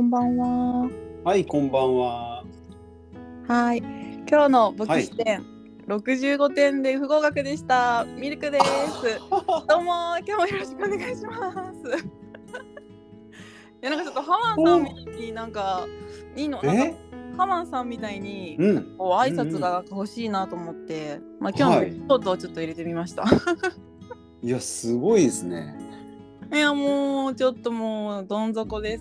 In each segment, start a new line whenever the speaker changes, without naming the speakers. んばんは。
はい、こんばんは。
はい。今日の簿記試験六十五点で不合格でした。ミルクです。 どうも今日もよろしくお願いします。 いやなんかちょっとハマンさんみたいになんかいいのなん
え
か、ハマンさんみたいに
うん。
こう挨拶がなんか欲しいなと思って、まあ今
はい
日のショートをちょっと入れてみました。
いや、すごいですね。
いやもうちょっともうどん底で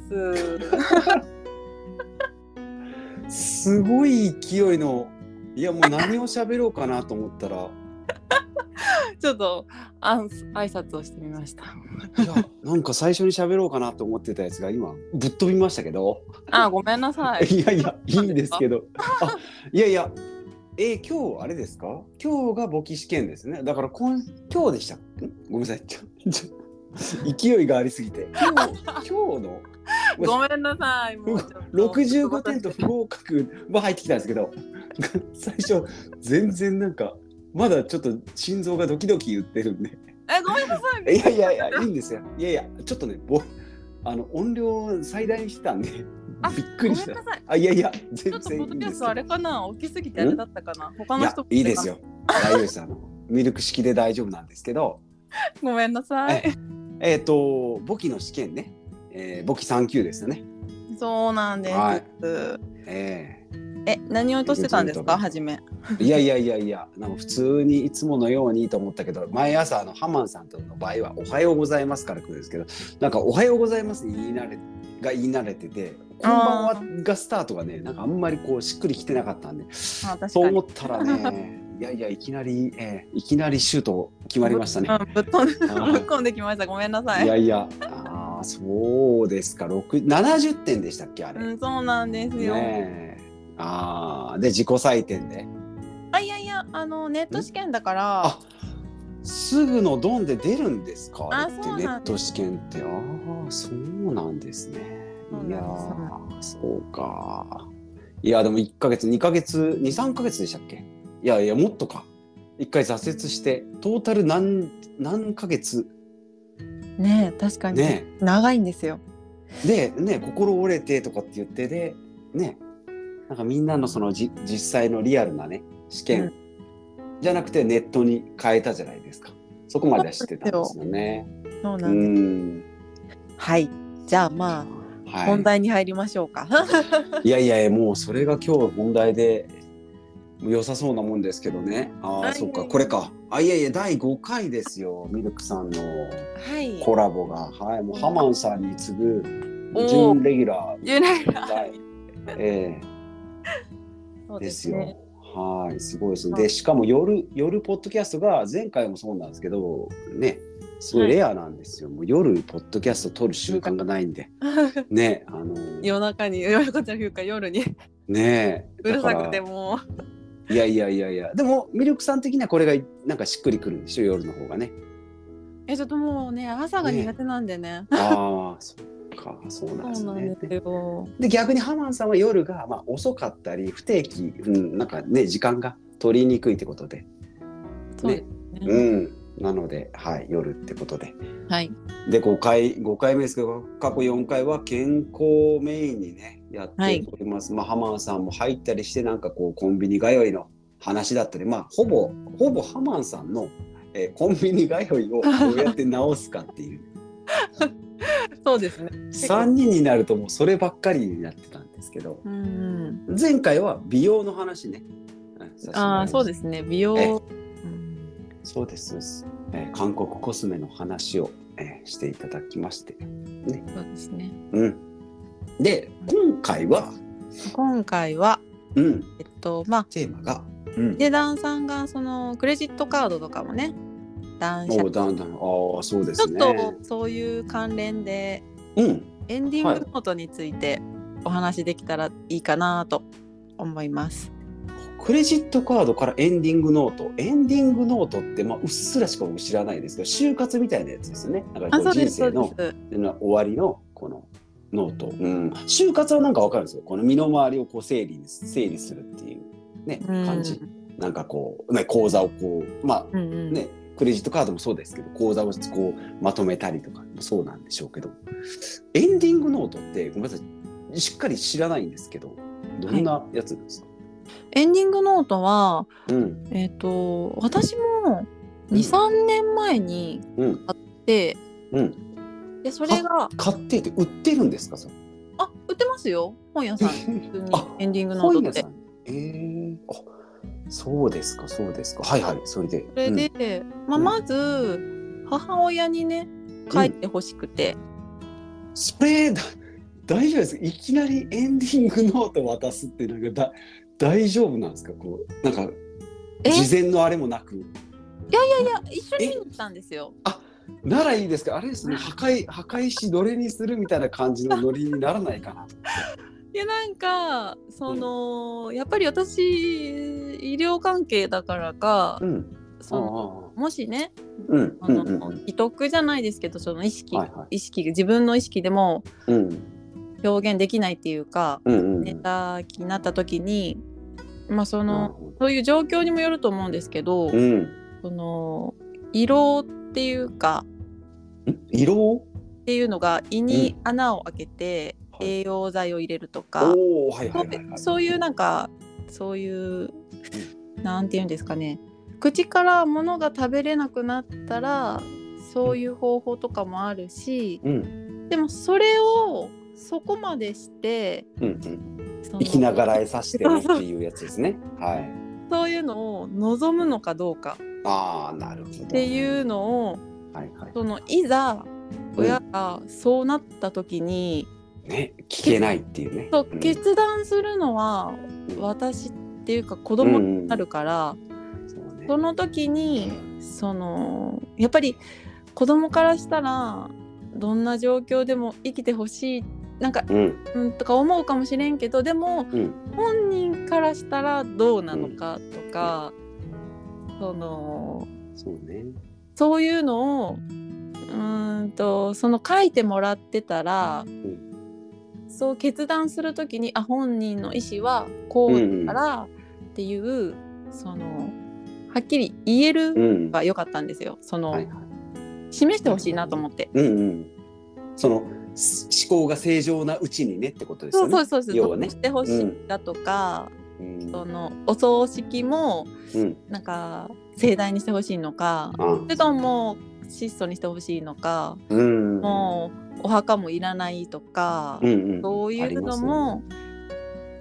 す。
すごい勢いの。いや、もう何を喋ろうかなと思ったら。
ちょっとあん挨拶をしてみました。
いや、なんか最初に喋ろうかなと思ってたやつが、今ぶっ飛びましたけど。
あごめんなさい。
いやいや、いいんですけど。あ、いやいや。えー今日あれですか今日が簿記試験ですね。だから今今日でした。んごめんなさい。ちょちょ勢いがありすぎて。今日今日の
ごめんなさい。もうちょっと
65点と不合格は入ってきたんです けど最初全然なんかまだちょっと心臓がドキドキ言ってるんで
え、ごめんなさい。
いやいやいや いいんですよいやいやちょっとねぼあの音量を最大にしてたんでびっ
あ
くりし
ごめ
た
んなさい。
あいやいや
ちょ
全
っとポ
然いい
ッドキ
んで
ャ
す
ス
よ
トあれかな大きすぎてあれだったかな他
い
の
や
人も
いいですよ大丈夫ですあのミルク式で大丈夫なんですけど
ごめんなさい。
えっ、と簿記の試験ね、えー、簿記3級ですよね
そうなんです。
はいえ
え、何を落としてたんですか、はじめ。
ーいやいやいやいやなんか普通にいつものようにと思ったけど毎朝あのハマンさんとの場合は「おはようございます」から来るんですけどなんか「おはようございます」に言い慣れが言い慣れてて「こんばん
あ
は」がスタートがねなんかあんまりこうしっくりきてなかったんで
あ、確
と
か
思
に。
ったらねいやいやいきなり、えーいきなりシュート決まりましたね。
うん、ぶっ飛んで、ぶっ
はい
込んできました。ごめんなさ
い
い。
やいやあーそうですか6 70点でしたっけあれ。
うん、そうなんですよ。
ねえあーで自己採点で。
あ、いやいや、あのネット試験だから。
あすぐのドンで出るんですか
あ
あれって
そうなんで
ネ
す
ット試験ってああそうなんですね
そうなん
い
です
やーそうかいやでも1ヶ月2ヶ月23ヶ月でしたっけいやいやもっとか1回挫折してトータル何何ヶ月
ねえ、確かに、
ね
長いんですよ。
でね心折れてとかって言ってでねなんかみんなのそのじ実際のリアルなね試験、
うん
じゃなくてネットに変えたじゃないですかそこまでは知ってたんですよね。
そう
う
なんです。
ん
はい。じゃあ、まあ、
はい、
本題に入りましょうか。
いやいやいやもうそれが今日本題で良さそうなもんですけどねあ
は
あ
い
そっかこれかあいやいや第5回ですよミルクさんの
はい。
コラボがはいもうハマンさんに次ぐ
おー
準レギュラ
ゆらゆ
ー
ら。
第え
そう
えですよ。はいすごいですでしかも夜夜ポッドキャストが前回もそうなんですけどねすごいレアなんですよ、もう夜ポッドキャスト撮る習慣がないんでねあの
夜中に 夜中というか夜に
ねえ
うるさく
だから
てもう
いやいやいやいや、でもミルクさん的にはこれがなんかしっくりくるんでしょ、夜の方 がね。
えちょっともうね朝が苦手なんでね
ああ、そっか、そうなんです
そうなん
ね。
ですよ
で、逆にハマンさんは夜がまあ遅かったり、不定期、うん、なんかね、時間が取りにくいってことで。
そうですね
うん、なので、はい、夜ってことで。
はい
で、5回、5回目ですけど、過去4回は健康メインにね、やっております。まあ、ハマンさんも入ったりして、なんかこう、コンビニ通いの話だったり、まあ、ほぼ、ほぼハマンさんの、えーコンビニ通いをどうやって直すかって いう。
そうですね
3人になるともうそればっかりになってたんですけど、
うん
前回は美容の話ね。。
うんああそうですすね美容
え
うん
そうです、そうです。えー韓国コスメの話を、えーしていただきまして。
そうですね
うん。で、今回は、
今回は
うん、
えっとまあ
テーマが、うん、
でダンさんがそのクレジットカードとかもね断捨離
もうだんだんああそうで
ちょ
す
っ
ね
とそういう関連で
うん
エンディングノートについてお話できたらいいかなと思います。
クレジットカードからエンディングノートエンディングノートって、まあ、うっすらしか僕知らないですけど就活みたいなやつですよねだか
あ
らこ
そううで
人
すそ
生
う
の
です。
終わりのこのノート、うん、就活はなんかわかるんですよこの身の回りをこう整理整理するっていうね
うん
感じ、なんかこう、ね、口座をこうまあ
うんうん
ね、クレジットカードもそうですけど口座をこうまとめたりとかもそうなんでしょうけどエンディングノートってごめんなさいしっかり知らないんですけどどんなやつなんですか、
エンディングノートは、
うん
えっ、と私も23、3年前に
うん
買って、
うん、
でそれが
買ってて売ってるんですかそれ
あ売ってますよ本屋さん普通に
あ
エンディングノ
本
ート
屋
って
さ。んえー、あそうですかそうですかはいはいそれで
それで、まあ、
うん
まず母親にね書いてほしくて、
うんそれだ大丈夫ですかいきなりエンディングノート渡すってなんかだ大丈夫なんですかこうなんか
え
事前のあれもなく
いや一緒に見に行ったんですよ。
ならいいですけどあれですね破壊破壊しどれにするみたいな感じのノリにならないかな
いやなんかその、やっぱり私医療関係だからか、
うん
そのもしね
うん
あ
うん
の、
うんうん
遺徳じゃないですけどその意識、
はいは
意識自分の意識でも
いうん
表現できないっていうか、
うんうんうん
ネタになった時にまあそ
なる
の、
ほ
そういう状況にもよると思うんですけど、
どうん
その色っていうか
ん色
っていうのが胃に穴を開けて
はい
栄養剤を入れるとか、
おおはいはいはい
そ
は
う
い
そういうなんかそういうなんていうんですかね口から物が食べれなくなったらそういう方法とかもあるし
うん
でもそれをそこまでして
うんうん
その
生きながらえさしてるっていうやつで すねはい
そういうのを望むのかどうか
ああなるほど
っていうのを
はいは
そのいざ親がそうなった時に、
いね聞けないっていうね
そううん決断するのは
うん
私っていうか子供になるから、
そうね
その時にそのやっぱり子供からしたらどんな状況でも生きてほしいなんか
うん
うんとか思うかもしれんけどでも
うん
本人からしたらどうなのかとか、その
そうね
そういうのをうーんとその書いてもらってたら、そう決断する時にあ本人の意思はこうだからっていう、そのはっきり言える
う
の
ん
が良かったんですよその、
はいはい
示してほしいなと思って、
うんうんそのす思考が正常なうちにねってことです
そ
よ
う
ね
そうそうそう
要はね
してほしいだとか、
うん
そのお葬式も
うん
なんか盛大にしてほしいのか
あ
それとも質素にしてほしいのか、
うん
もうお墓もいらないとか、
うんうん
そういうのも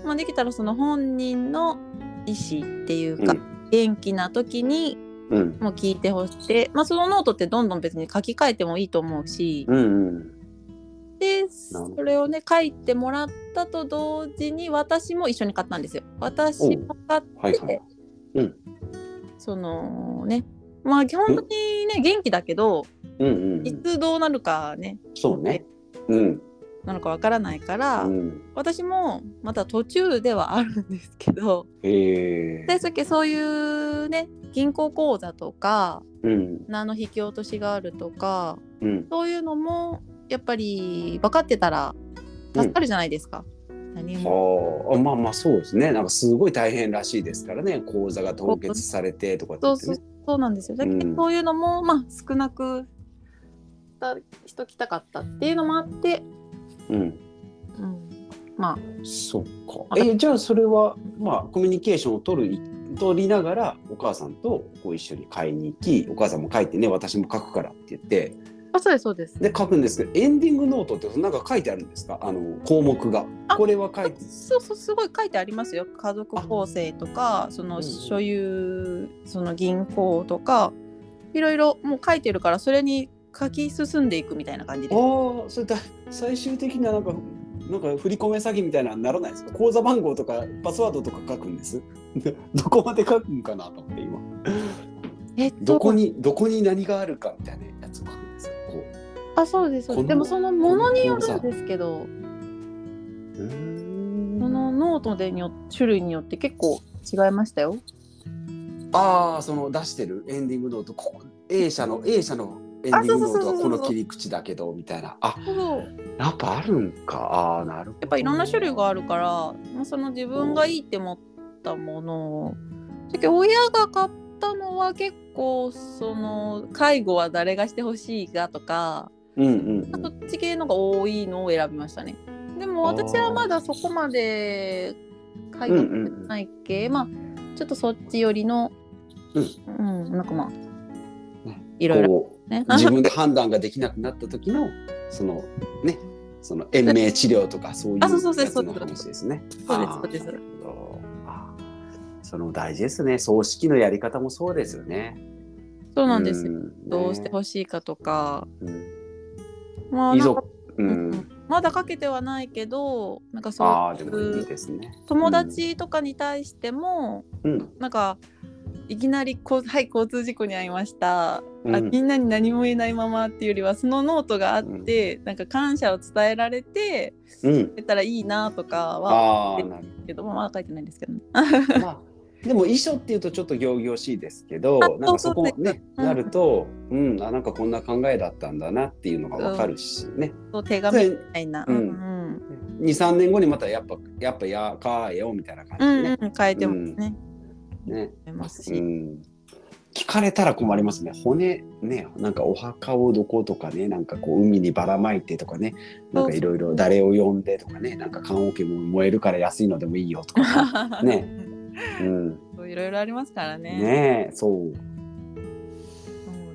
ま、あ、できたらその本人の意思っていうか、元気な時に
ありますねうん
もう聞いてほしくて、まあ、そのノートってどんどん別に書き換えてもいいと思うし、
うんうん
で
ほど
それをね書いてもらったと同時に私も一緒に買ったんですよ。私も買って、
はいはい
そのねまあ基本的にね元気だけど
うんうんう
い
ん
つどうなるかね
そうねうん
なのかわからないから、
うん
私もまた途中ではあるんですけど
へえ
でさっきそういうね銀行口座とか
うん
名の引き落としがあるとか
うん
そういうのもやっぱり分かってたら助かるじゃないですか。何も
はあまあまあそうですねなんかすごい大変らしいですからね口座が凍結されてとかって
そうそう
言ってね
そうなんですよ。だけ
うん
どそういうのも、まあ少なくしたしときたかったっていうのもあって、
うん
うん、まあ
そっか。えじゃあそれはまあコミュニケーションを取る取りながらお母さんとこう一緒に買いに行きお母さんも書いてね私も書くからって言って
あそうですそうです。
で書くんですけどエンディングノートってなんか書いてあるんですかあの項目が
あ
これは書いて
そうそうすごい書いてありますよ家族構成とかそ
うんう
の
ん
所有、その銀行とかいろいろもう書いてるからそれに書き進んでいくみたいな感じ
あ
で
あそれだ最終的ななんかなんか振り込め詐欺みたいなのにならないですか口座番号とかパスワードとか書くんです どこまで書くんかなと思って今
えっと
どこにどこに何があるかみたいなやつを書くんですかこう
あそうですそうで
この
すでもそのものによ
こ
る
の
んですけど
うーん
そのノートでによ種類によって結構違いましたよ
ああその出してるエンディングノートこ A 社の A 社のエンディングノート
あそうそうそう
は
そう
この切り口だけどみたいなあ
や
やっぱあるんかああなるほど
っぱいろんな種類があるから、まあ、その自分がいいって思ったものをだけど親が買ったのは結構その介護は誰がしてほしいがとか
うんうん
そっち系のが多いのを選びましたね。でも私はまだそこまで改革ないけ、まあちょっとそっち寄りの、うんうん、なんかまあいろいろ、
こ
ね
う、自分で判断ができなくなった時のそのねその延命治療とかそういうや
あそう
つ
そうそう
の話ですね。
そうです
あー
そうです
なるほどあーその大事ですね。葬式のやり方もそうですよね。
そうなんですよ、
んね
どうしてほしいかとか,、
うん
まあ
遺
なんか
族、うん、
まだかけてはないけどなんか
あ
そ
あでも
う
い
い
いうですね。
友達とかに対しても、
うん、
なんかいきなりこう「はい交通事故に遭いました」
うん
あみんなに何も言えないままっていうよりはそのノートがあって、なんか感謝を伝えられて
うん、
出たらいいなとかは
ああなる
けどまあ書いてないんですけどね。
ほど。まあでも遺書っていうとちょっと仰々しいですけど
あ、
なんか
そ
そう
そう
こね
うん
なると、うん、あなんかこんな考えだったんだなっていうのがわかるしね。
そう手
そ
紙
れ
みたいな、う
うんん
うん
二三年後にまたやっぱやっぱやかえよみたいな感じ
う
で
ん
ね。
うん、変えてもね、
ね、
思いますし、
うん、聞かれたら困りますね骨ねなんかお墓をどことかねなんかこう海にばらまいてとかねなんかいろいろ誰を呼んでとかねなんか棺桶も燃えるから安いのでもいいよ とか、ねうん、
そういろいろありますからね。
ねえそう
そう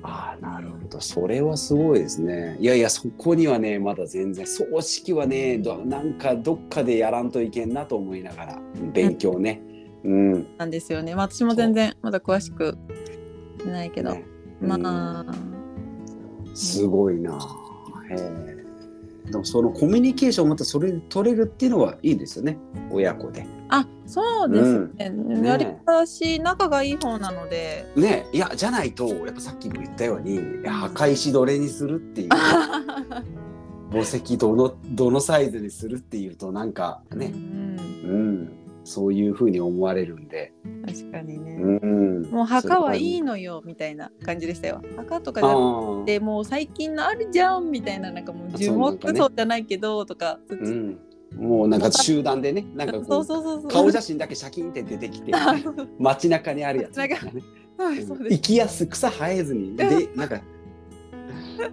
ああなるほどそれはすごいですねいやいやそこにはねまだ全然葬式はねどなんかどっかでやらんといけんなと思いながら勉強ねうん、
なんですよね。まあ私も全然まだ詳しくないけど、
ね
ま
うん
あ、
すごいな。へえ。でもそのコミュニケーションをまたそれで取れるっていうのはいいですよね。親子で。
あそうですね。
ね
やり私仲がいい方なので、
ねえいやじゃないとやっぱさっきも言ったようにいや墓石どれにするっていう墓石どのどのサイズにするっていうとなんか
う
ね、
ん
うん、そういうふうに思われるんで。
うん、確かにね。
うん、
もう墓はいい
の
のよみたいな感じでしたよ。墓とか
あ
じゃなく
ー
てもう最近のあるじゃんみたいななんかもう樹
そうなん
木
かね
そうじゃないけどとか、そっち
うん、もうなんか集団でねなんか
そ
こ
う
う
そうそうそう。
顔写真だけシャキンって出て きて街中にあるやつみたいなね。
そうそうで
生きやす草生えず にでなんか、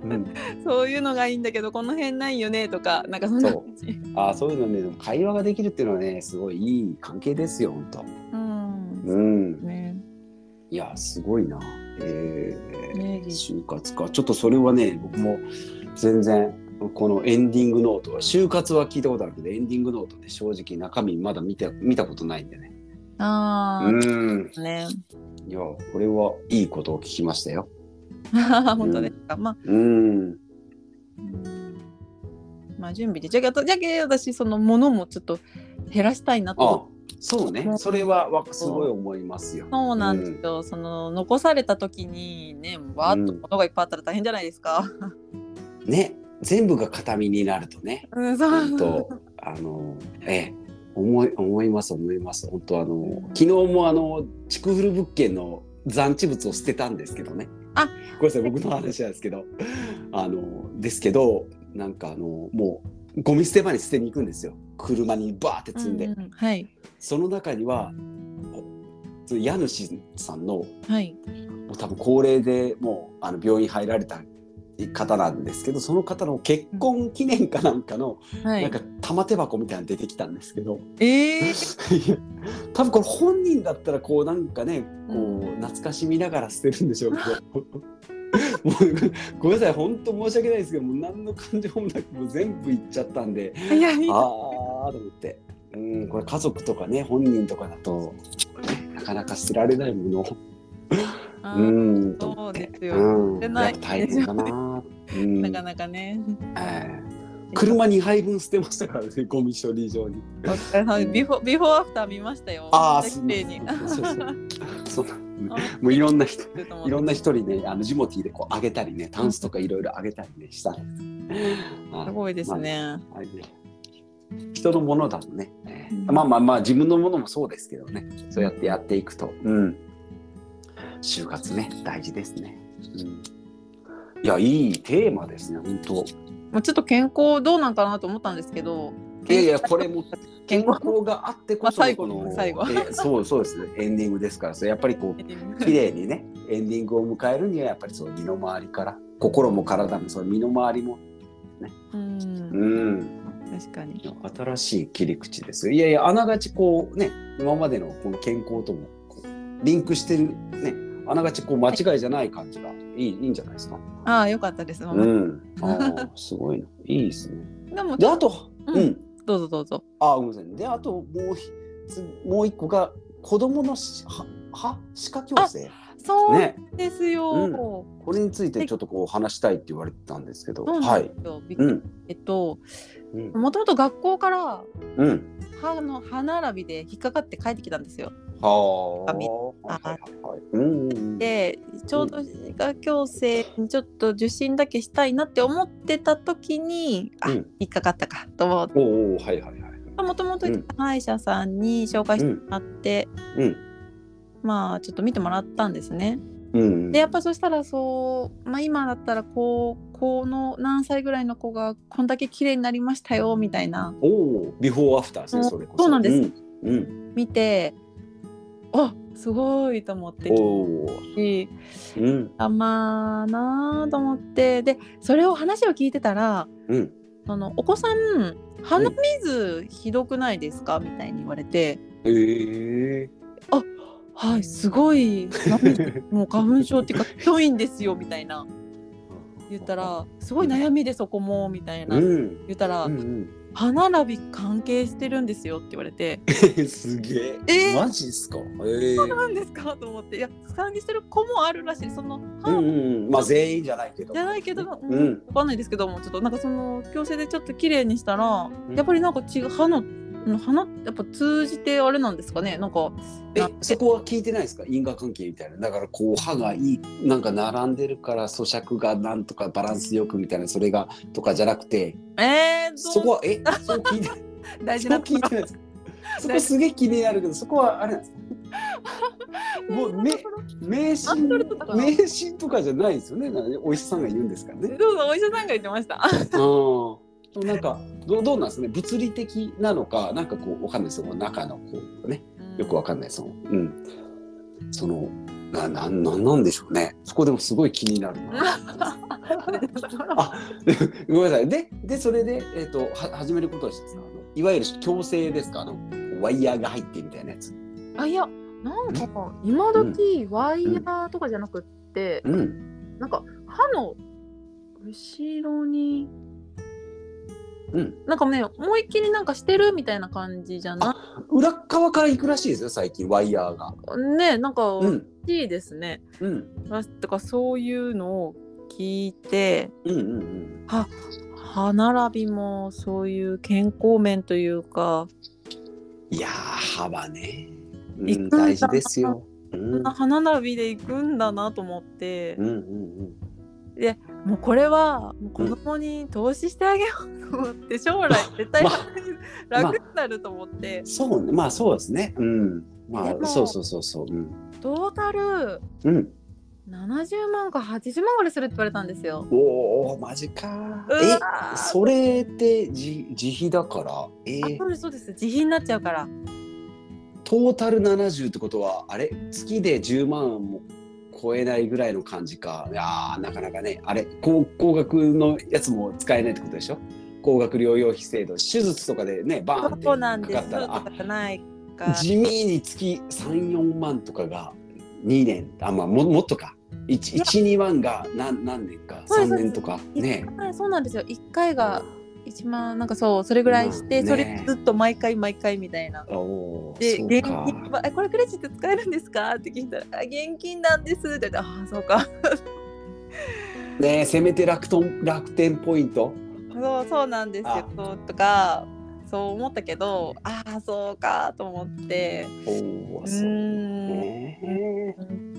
うん、
すそういうのがいいんだけどこの辺ないよねとかなんかそんな感じ。
あーそういうのねでも会話ができるっていうのはねすごいいい関係ですよ本当
うん。
うん
ね。
いやすごいなえー
ね
就活かちょっとそれはね僕も全然このエンディングノートは就活は聞いたことあるけどエンディングノートで正直中身まだ見て見たことないんでね
ああ、
うん
ね。
いやこれはいいことを聞きましたよ
本当ですか。まあ、
うん
まあ準備で。じゃけじゃけ私そのものもちょっと減らしたいなと思って
あそうねそれはわすごい思いますよ
そうなんですよ、その残された時にねわーっと
うん
物がいっぱいあったら大変じゃないです か。
ね全部が形見になるとね
うん、そ
本
う。
当あのええ思い思います思います本当あの昨日もあの築古物件の残地物を捨てたんですけどね
あ
ごめんなさい僕の話なんですけどあのですけどなんかあのもうゴミ捨て場に捨てに行くんですよ車にバーって積んで、
うんうんはい
その中にはおその家主さんの
はい。
もう多分高齢でもうあの病院入られた方なんですけどその方の結婚記念かなんかの、
は
なん
い
か。玉手箱みたいなの出てきたんですけど、
えー、
いや多分これ本人だったらこうなんかねこ
う
う懐かしみながら捨てるんでしょうけど。 もうごめんなさい本当申し訳ないですけどもう何の感情もなくもう全部いっちゃったんで
いやい
あ
や
あと思ってうんこれ家族とかね本人とかだとなかなか捨てられないもの
あ
う
ー
んと
そ
思
う
って
ですよ
うん、
出ない
やっぱ大変だな。う ん
なかなかね。
ええ 車2杯分捨てましたからね、ゴミ処理場に。
お疲れ様ですビフォービフォーアフター見ましたよ。
ああ、
めっち
す
ゃ綺
み
麗に。
ません。そうそうそうそう
あ
もういろんな人、
ちょっと待って
いろんな人にね、あのジモティーでこうあげたりね、タンスとかいろいろあげたりね、したんです。
すごいですね。
あ。はい人のものだとね、ええ
うん
まあまあまあ自分のものもそうですけどね、そうやってやっていくと、うん、就活ね大事ですね。うんいやいいテーマですね、本当。
まあちょっと健康どうなんかなと思ったんですけど。
いやいやこれも健
健康
康があってこそ
まあ最後
この
最後
えーそうそうですねエンディングですからそれやっぱりこう 綺麗にねエンディングを迎えるにはやっぱりその身の回りから心も体もその身の回りも
うん。
うん
確かに。
新しい切り口ですよいやいやあながちこうね今までのこの健康ともこうリンクしてるねあながちこう間違いじゃない感じが、い、いいいいんじゃないですか。
ああ、よかったです。マ
う
マ
ん、あーすごいないいですね。
でも、
であと、
う
うんん、
どうぞどうぞ。
あーごめんなさい。であともうひつもう一個が子供のしはは歯科矯正
そう
ね。
ですよ。
う
そ
これについてちょっとこう話したいって言われてたんですけど、
う
は
なん
い
で。すよ。びっく
う
り
ん
えっと、
うん
もともと学校から
うん。
歯の歯並びで引っかかって帰ってきたんですよ。
はあ。
髪
はいはいはい。うんうんうん。
で、ちょうど歯科矯正にちょっと受診だけしたいなって思ってた時に、あ、
うん
引っかかったかと思って。
おうおうはいはいはい。
もともと歯医者さんに紹介してもらって、
うん
まあちょっと見てもらったんですね。
うんうん。
でやっぱそしたらそう、まあ、今だったらこうこの何歳ぐらいの子がこんだけ綺麗になりましたよみたいな
おおビフォーアフターですねそれこそ。
そうなんです
うん。うん
見てあすごいと思って
お
き
お。
たし
うん
あまあなあと思ってでそれを話を聞いてたら
うん。
そのお子さん鼻水ひどくないですかみたいに言われて。
ええ
はい、すごいもう花粉症っていうかひどいんですよみたいな言った。らすごい悩みでそこもみたいな
う
言
ん。
ったら、
うん うん
歯並び関係してるんですよって言われて
すげえ。
えー
マジっすか。ええ
何ですかと思っていや関係してる子もあるらしいその
うん
歯
うん。まあ全員じゃないけど。
じゃないけど、
う
うんんわかんないですけどもちょっとなんかその矯正でちょっと綺麗にしたら、
うん
やっぱりなんか違う歯の歯のやっぱ通じてあれなんですかねなんか
えそこは聞いてないですか因果関係みたいなだからこう歯がいいなんか並んでるから咀嚼がなんとかバランスよくみたいなそれがとかじゃなくて
えー、どう
そこは えそう聞いて
大事
そう
な
聞いてないですか そこすげえ気になるけどそこはあれなんですかも
大
う
事な
め
ところ
迷信
アンドレとか
迷信とかじゃないですよねなんかねお医者さんが言うんですからね。
どうぞお医者さんが言ってました
うんなんかどうどうなんですかね物理的なのかなんかこうわかんないですよ中のこうねよくわかんないそのうんそのなななんなんでしょうねそこでもすごい気になるな あでごめんなさいででそれで、えっとは始めることはしたんですかあのいわゆる矯正ですかあのワイヤーが入ってみたいなやつ
あいやなんか今時ワイヤーとかじゃなくって、
うん
なんか歯の後ろに
うん
なんかね思いっきりなんかしてるみたいな感じじゃな
裏側から行くらしいですよ最近ワイヤーが
ねなんか
う
欲
ん
しいですね。
うん
だとかそういうのを聞いて
うんうんうん
歯並びもそういう健康面というか
いやー幅ね、う
行くん
ん、
だ
大事ですようん
歯並びで行くんだなと思って
うんうん
もうこれはもう子供に投資してあげようと思って将来絶 対
まあ
楽になると思って
うんそうねまあそうですねうんま
でも
あそうそうそうそううん
トータル
うん
70万か80万ぐらいするって言われたんですよ。
おおマジか
う
え
わー
それって自自費だからえ
あ
ー
そうですそうです自費になっちゃうから
トータル70ってことはあれ月で10万も超えないぐらいの感じかいやーなかなかねあれ高高額のやつも使えないってことでしょ高額療養費制度手術とかでねバーンって
そうなんです
かかったら
とかないか
あ地味に月34万とかが2年あまあももっとか12万が何何年か
そうで
3
す
年とかね
一回そうなんですよ1回が1万なんかそうそれぐらいして、
ま
そ
あね
れずっと毎回毎回みたいな。
おー
で
そう
現
か
金はえこれクレジット使えるんですかって聞いたらあ「現金なんです」って言って「ああそうか
ねえせめて楽とん楽天ポイント
そうそうなんですよ
あ」
とかそう思ったけど「ああそうか」と思って
おお
うーん
ね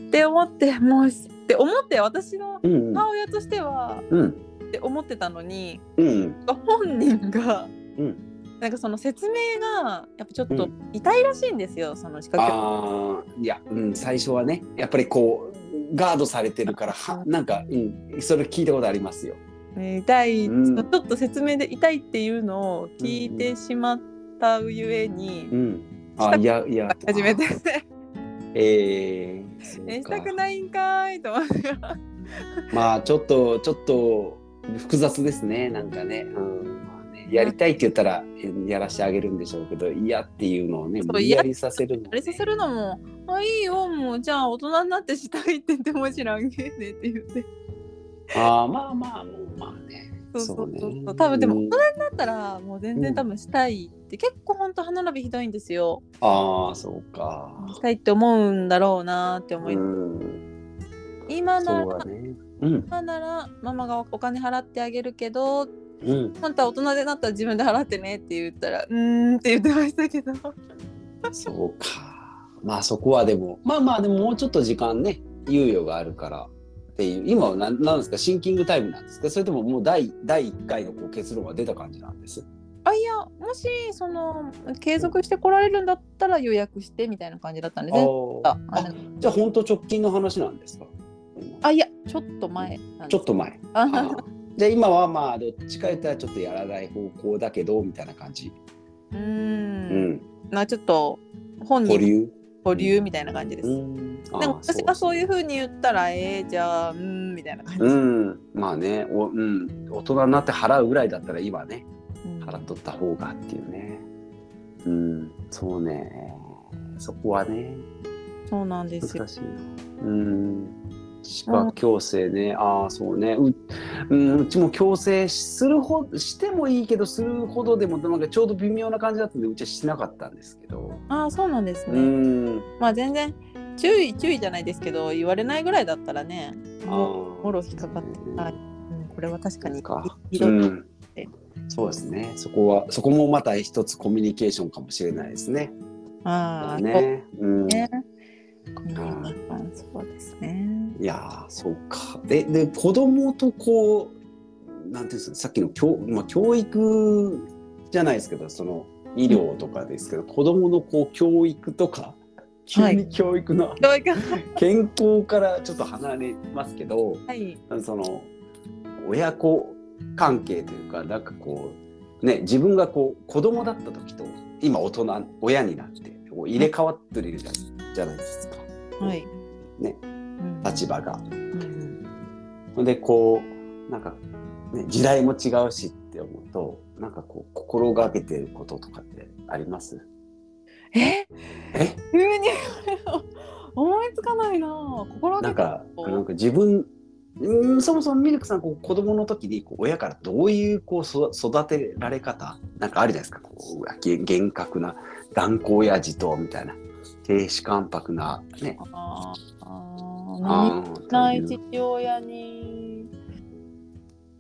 って思ってもうって思って私の
うん
母親としては
うん
って思ってたのに
うん
本人が、
うん
なんかその説明がやっぱちょっ
う
と痛いらしいんですよ、その仕掛け
あーいや、うん、最初はねやっぱりこうガードされてるからはなんか、うん、それ聞いたことありますよ。
ね痛い、
うん
そのちょっと説明で痛いっていうのを聞いてしまったゆえに、
うん、あいやいや
初めて
えー
「
そう
えし
か
たくないんかい」と思って
まあちょっとちょっと複雑ですねなんかね。うんまあねやりたいって言ったらやらしてあげるんでしょうけど嫌っていうのをね無理やりさせる
あれさせるのも「あいいよもうじゃあ大人になってしたい」って言っても知らんげーねって言って。
ああまあまあもうまあね。
そうそうそうそう多分でも大人になったらもう全然多分したいって、結構ほんと歯並びひどいんですよ。
ああそうか。
したいって思うんだろうなって思い、今な
そうだね。うん、
今ならママがお金払ってあげるけど
うん、
あんた大人でなったら自分で払ってねって言ったらうーんって言ってましたけど
そうか。まあそこはでもまあまあでももうちょっと時間ね猶予があるからっていう今は何なんですかシンキングタイムなんですかそれとももう第第一回のこう結論は出た感じなんです
あいやもしその継続して来られるんだったら予約してみたいな感じだったんで
あ
すね
ー
あ
あじゃあ本当直近の話なんですか
あいやちょっと前なんです
ちょっと前。
あ
あーじゃあ今はまあどっちか言ったらちょっとやらない方向だけどみたいな感じ。
うー
うんん。
まあちょっと本
保
人
留。
保留みたいな感じです、
うん。あー
でも私がそういうふうに言ったらえー、じゃあうーんみたいな感じ、
うん、まあね、おうん、大人になって払うぐらいだったら今ね、
うん
払っとった方がっていうね。うん、そうね。そこはね、
そうなんですよ
難しいな。うん。歯科矯正ね、ああ、そうね。う,、うん、うちも矯正するほしてもいいけど、するほどでも、なんかちょうど微妙な感じだったんで、うちはしなかったんですけど。
ああそうなんです
う
ね、
ん。
まあ全然注意注意じゃないですけど言われないぐらいだったらねもうもろ引っかかってはい、うん、これは確かに
か
いいうろいろ
ん、そうですね。そこは、そこもまた一つコミュニケーションかもしれないですね。
ああ、ね、
ね。うん。
ねコミュニケーションそうですね。
いやー、そうか。で、で、子供とこう、なんていうんですか、さっきの教、まあ、教育じゃないですけど、その医療とかですけど、子供のこう教育とか。急に教育の、
教育
健康からちょっと離れますけど、
はい。
その親子関係というか、なんかこう。ね、自分がこう子供だった時と今大人親になってこう入れ替わってるじゃじゃないですか
はい。
ね
うん。
立場が。
うん
でこうなんか、ね、時代も違うしって思うとなんかこう心がけてることとかってあります
え、
え
急に 思いつかないな。心
なん
がけ
かなんか自分うんそもそもミルクさんこう子供の時にこう親からどういうこうそ育てられ方なんかあるじゃないですかこううわげ厳格な断固親父とみたいな亭主関白なね
た。あーあー、何
あー
ない父親に。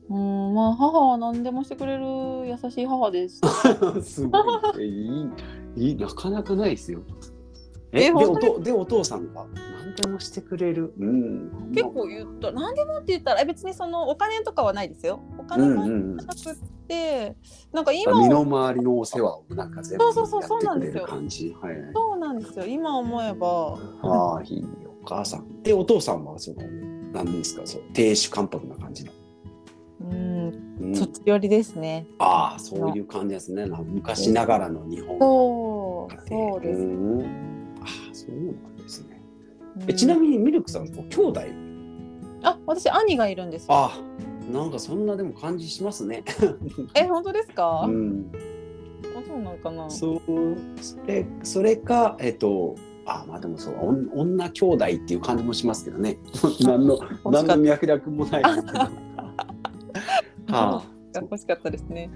うん、まあ母は何でもしてくれる優しい母です。
すごい。えいい、いい、なかなかないですよ。え、
え
で、お
本当
と、で、お父さんが、何でもしてくれる。うん。
結構言った何でもって言ったらえ別にそのお金とかはないですよお
う
金
ん、
もな
う、
ん
うん。
くって、なんか今
身
を
の回りのお世話を、なんか全部や
そうそうそうそうな
っ
ん
て
で
く
す
れ
よ
る感じ。はい。
そうなんですよ今思えば
ああ、いいお母さん。で、お父さんは、その、何ですか、そう、亭主関白な感じの。
うん
うん、
そっち寄りですね、
ああ、そういう感じですね。なんか昔ながらの日本。
そうそうです、
うんああ、そうなんですね。
うん
え、ちなみに、ミルクさん、こう兄弟。
あ私兄がいるんですよ
あなんかそんなでも感じしますね。
え本当ですか、
ん、
あそうなんかな
そうそれそれかえっとあまあでもそうおん女兄弟っていう感じもしますけどね 何 の
欲し
何
か
の
っ
脈絡 もないですけど。はあ
た欲しかったですね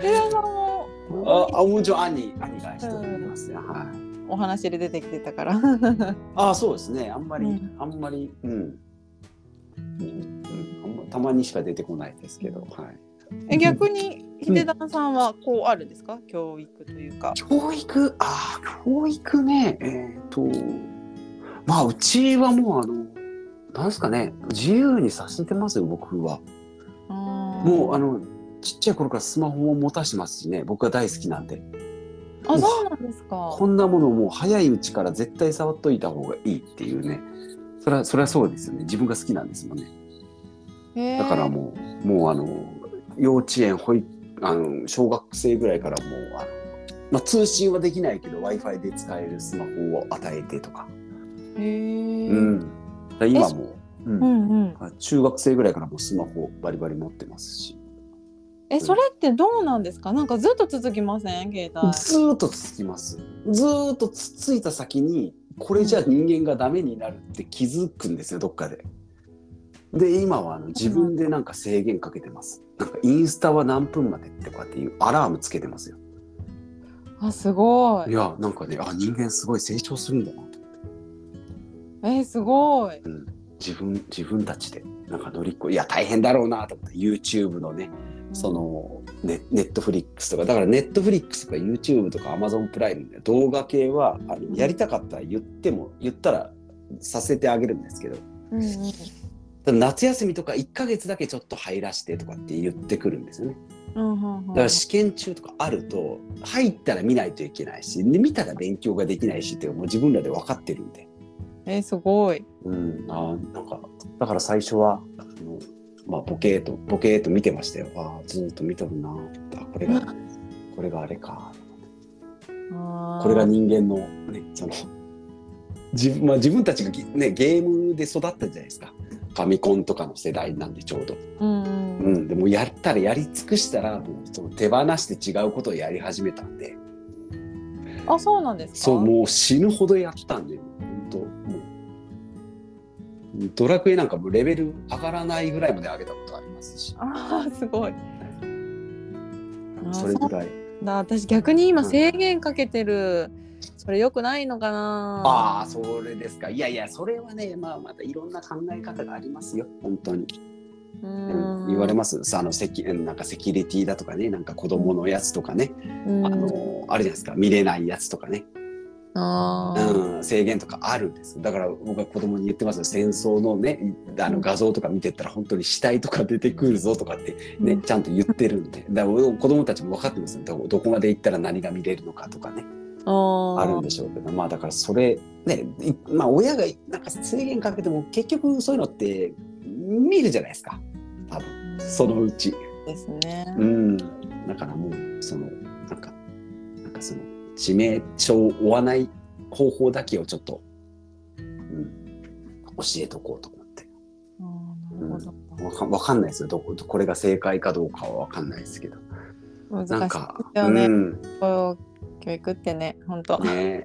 であの
ああもちろん兄兄が一人いますね。はい
お話で出てきてたから
ああそうですねあんまり、
うん
あんまりうん。うんあんまたまにしか出てこないですけど、はい、
え逆に秀田さんはこうあるんですか、教育というか
教育ああ教育ねえーっ、とまあうちはもうあのなんですかね自由にさせてますよ僕はも
も
うあのちっちゃい頃からスマホも持たしてますしね僕が大好きなんで
あそうなんですか
こんなものもう早いうちから絶対触っといた方がいいっていうねそれはそれはそうですよね自分が好きなんですもんねだからもうもうあの幼稚園保育あの小学生ぐらいからもうあの、まあ、通信はできないけど w i f i で使えるスマホを与えてとか
へえ
うん、だから今もう、う
うんんうん
中学生ぐらいからもうスマホバリバリ持ってますし
え、それってどうなんですか。なんかずっと続きません、携帯。
ずーっとつつきます。ずーっとつついた先に、これじゃ人間がダメになるって気づくんですよ、どっかで。で、今はあの自分でなんか制限かけてます。なんかインスタは何分までってこうやっていうアラームつけてますよ。
あ、すご
い
い。
や、なんかね、あ、人間すごい成長するんだな。
え、すごい。
自分、自分たちで、なんか乗り越え、いや、大変だろうなと思って、YouTube のね、そ。のネネットフリックスとかだからネットフリックスとか YouTube とか Amazon プライムで動画系はあのやりたかったら言っても言ったらさせてあげるんですけど
うんうん。
ただ夏休みとか1ヶ月だけちょっと入らしてとかって言ってくるんですよね
うんうんうん
だから試験中とかあると入ったら見ないといけないしで見たら勉強ができないしっていうのもう自分らで分かってるんで
え、すごい。
うんあーなんかだから最初はあのまあボケーとボケーと見てましたよあーずーっと見とるなーあこれがこれがあれかこ
こ
れが。人間の,、ね、その自分まあ、自分たちがぎ、ね、ゲームで育ったじゃないですかファミコンとかの世代なんでちょうど、
うん
う
うん。
ん、でもやったらやり尽くしたらもうその手放して違うことをやり始めたんで
あ、そうなんですか。
そうもう死ぬほどやったんで本当もうドラクエなんかもうレベル上がらないぐらいまで上げたことありますし
あーすごい。ー
それぐらい
だ私逆に今
うん
制限かけてる、それ良くないのかな
ああそれですかいやいやそれはねまあまたいろんな考え方がありますよ本当に。
う
うん
ん
言われますさあのセキなんかセキュリティだとかねなんか子供のやつとかね、
うん
あのあるじゃないですか見れないやつとかね、
あー
うん、制限とかあるんですだから僕は子供に言ってますよ戦争のねあ
う
の
ん
画像とか見てったら本当に死体とか出てくるぞとかって、ね
うん
ちゃんと言ってるんでだから子供たちも分かってますよどどこまで行ったら何が見れるのかとかね
あ
あるんでしょうけどまあだからそれねいまあ親がなんか制限かけても結局そういうのって見るじゃないですか多分そのうち。
うですね、
うん、だからもうそのなんかなんかその致命傷を負わない方法だけをちょっと、うん、教えとこうと思って
あーなるほど、
わかわかんないですよどここれが正解かどうかはわかんないですけどな
難
ん
しい
か
ですよね、
うん、ね
こう教育ってね本当、
いやーい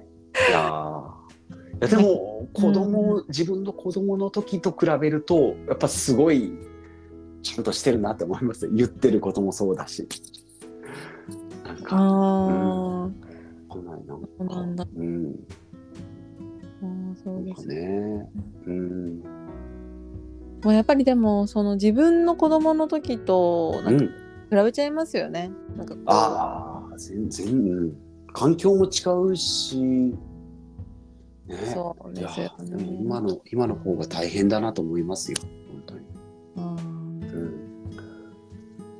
やでも子供、自分の子供の時と比べるとやっぱすごいちゃんとしてるなって思いますよ言ってることもそうだしなんか
あ
来ないな。
そうなんだ
うん。
ー、うん、そう
なん
で
か
すね
ね。うん。
もうやっぱりでもその自分の子供の時と
う
なんか
ん。
比べちゃいますよね、なんかこう
ああ、全然、うん環境も違うし。ね。
そう
い
で
や
すよ
でも
ね
今の今の方が大変だなと思いますよ。本当に。
うん
うん。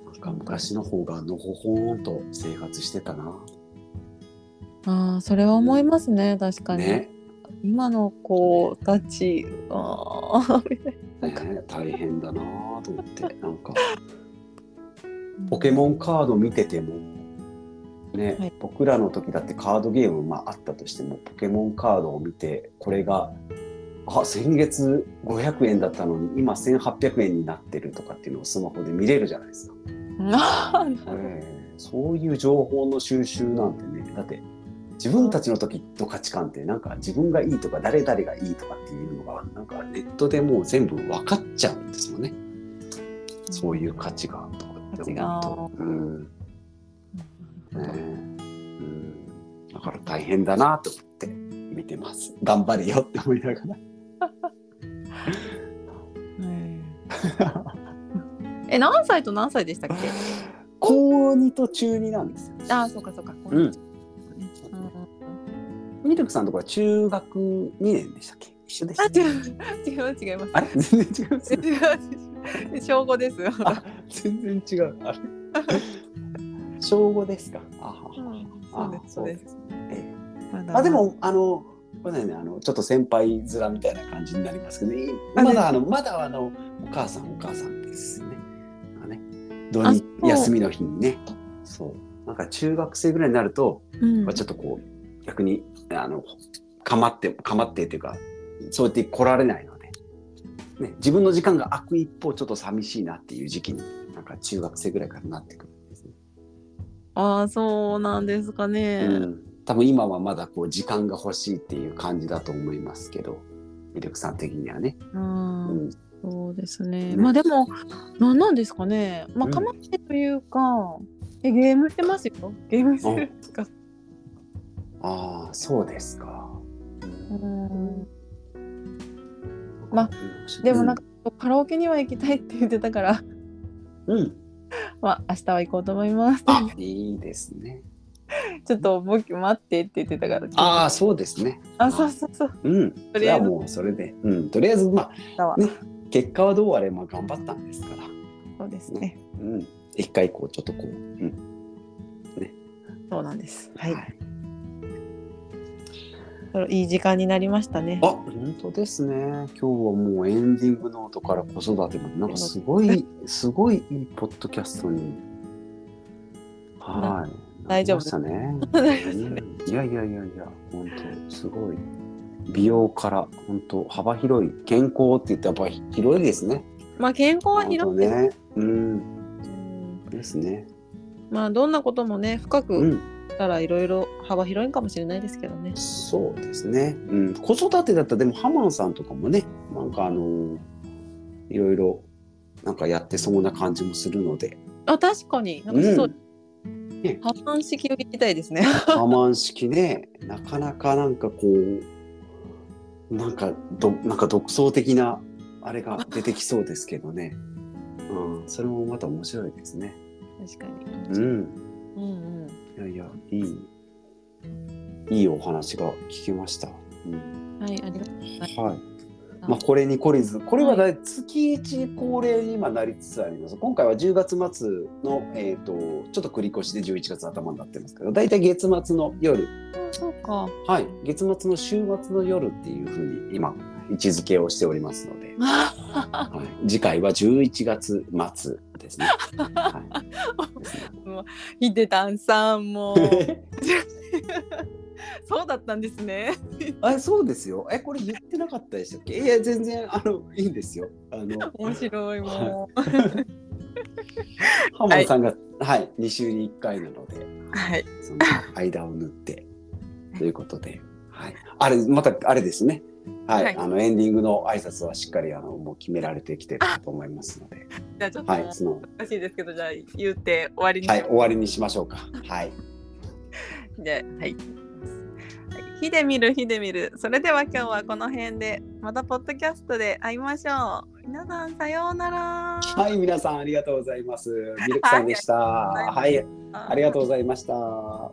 なんか昔の方がのほほーんと生活してたな。
あーそれは思いますね確かに、
ね。
今の子たちあー
ね大変だなと思ってなんか。ポケモンカード見てても、ね
はい
僕らの時だってカードゲーム、まあ、あったとしてもポケモンカードを見てこれがあ先月500円だったのに今1800円になってるとかっていうのをスマホで見れるじゃないですか、
あー
ええそういう情報の収集なんてねだって自分たちの時の価値観ってなんか自分がいいとか誰々がいいとかっていうのがなんかネットでもう全部分かっちゃうんですよねそういう価値がとかって思うと。うんねうん、だから大変だなと思って見てます。頑張れよって思いながら。
え何歳と何歳でしたっけ
高二と中二なんですよ。
あーそうかそうか、
うん
うん
ミルクさんのところは中学2年でしたっけ一緒で
あ
した。
違う違う違います
あれ 全然違う。
違う違う小五ですよ
あ全然違う。 あれ小五ですか。あ
そうですそうです
す。ええ
まだ
あでもあのこれねあのちょっと先輩面みたいな感じになりますけど、ね、
あ
まだあのまだあのお母さんお母さんですね。あのね土
あ
日
そう
休みの日にね。そうなんか中学生ぐらいになると、
うん
まあちょっとこう逆にあのかまってかまってっていうかそうやって来られないので、ね自分の時間が空く一方ちょっと寂しいなっていう時期になんか中学生ぐらいからなってくるん
ああそうなんですかね。
うん多分今はまだこう時間が欲しいっていう感じだと思いますけどミルクさん的にはね。
う、
うんん、
そうですね。
ね
まあでもなんなんですかね。まあ
うん
かまってというか、えゲームしてますよ。ゲームしてるとか。
ああそうですか。
うんまあ
うん
でもなんか、カラオケには行きたいって言ってたから、
うん、うん
まあ明日は行こうと思います。
あいいですね。
ちょっと僕待ってって言ってたから。
ああ
あ、
そうですね。
あそうそうそう。
うん。
とりあえず
じゃあもうそれで、うん、とりあえずま
だわ
あ。ね結果はどうあれまあ頑張ったんですから。
そうですね。
うん。一回こうちょっとこう、うん、
そうなんです。はい。いい時間になりましたね
あ。本当ですね今日はもうエンディングノートから子育てまでなんかすごいすごいいいポッドキャストにはい
大丈夫
なりまし
大丈
たね、
夫ですね
うん、いやいやいやいや本当すごい美容から本当幅広い健康って言ったらやっぱ広いですね
まあ健康は広くて、
本当ねうん
うん
ですね
まあどんなこともね深く
う
言
ん
ったらいろいろ幅広いかもしれないですけどね。
そうですね、うん、子育てだったらでもハマンさんとかもねなんかあのーいろいろなんかやってそうな感じもするので、
あ確かに。なんかそう。破綻式を聞きたいですね。
ハマン式ねなかなかなんかこうなんかどなんか独創的なあれが出てきそうですけどね、うん、それもまた面白いですね。
確か
う
に。
ん、
うんうん。
いやいやいいいいお話が聞けました。うん
はい、ありがとう
はい。まあ、これに懲りず、これはだい月一恒例に今なりつつあります。今回は10月末の、えっ、と、ちょっと繰り越しで11月頭になってますけど、だいたい月末の
あ
夜、
そうか。
はい、月末の週末の夜っていうふうに今、位置づけをしておりますので、はい、次回は11月末ですね。はい、ですね
ヒデタンさん も。そうだったんですね。
あれそうですよ。え、これ言ってなかったでしたっけいや、全然、あの、いいんですよ。あの、
面白いもう。
浜田さんが、はい、二2週に1回なので。
はい。
その間を縫ってということで、はい、あれまたあれですね、はい
はい
あのエンディングの挨拶はしっかりあのもう決められてきてると思いますので、
じゃあちょっと
はい
難
その
しいですけど、じゃあ言って終わりにしま
は
す
い、終わりにしましょうか。はい、
で、はい。ひでみるひでみる。それでは今日はこの辺で、またポッドキャストで会いましょう。皆さんさようなら。
はい、皆さんありがとうございます。ミルクさんでした。
は
はいい、ありがとうございました。
う。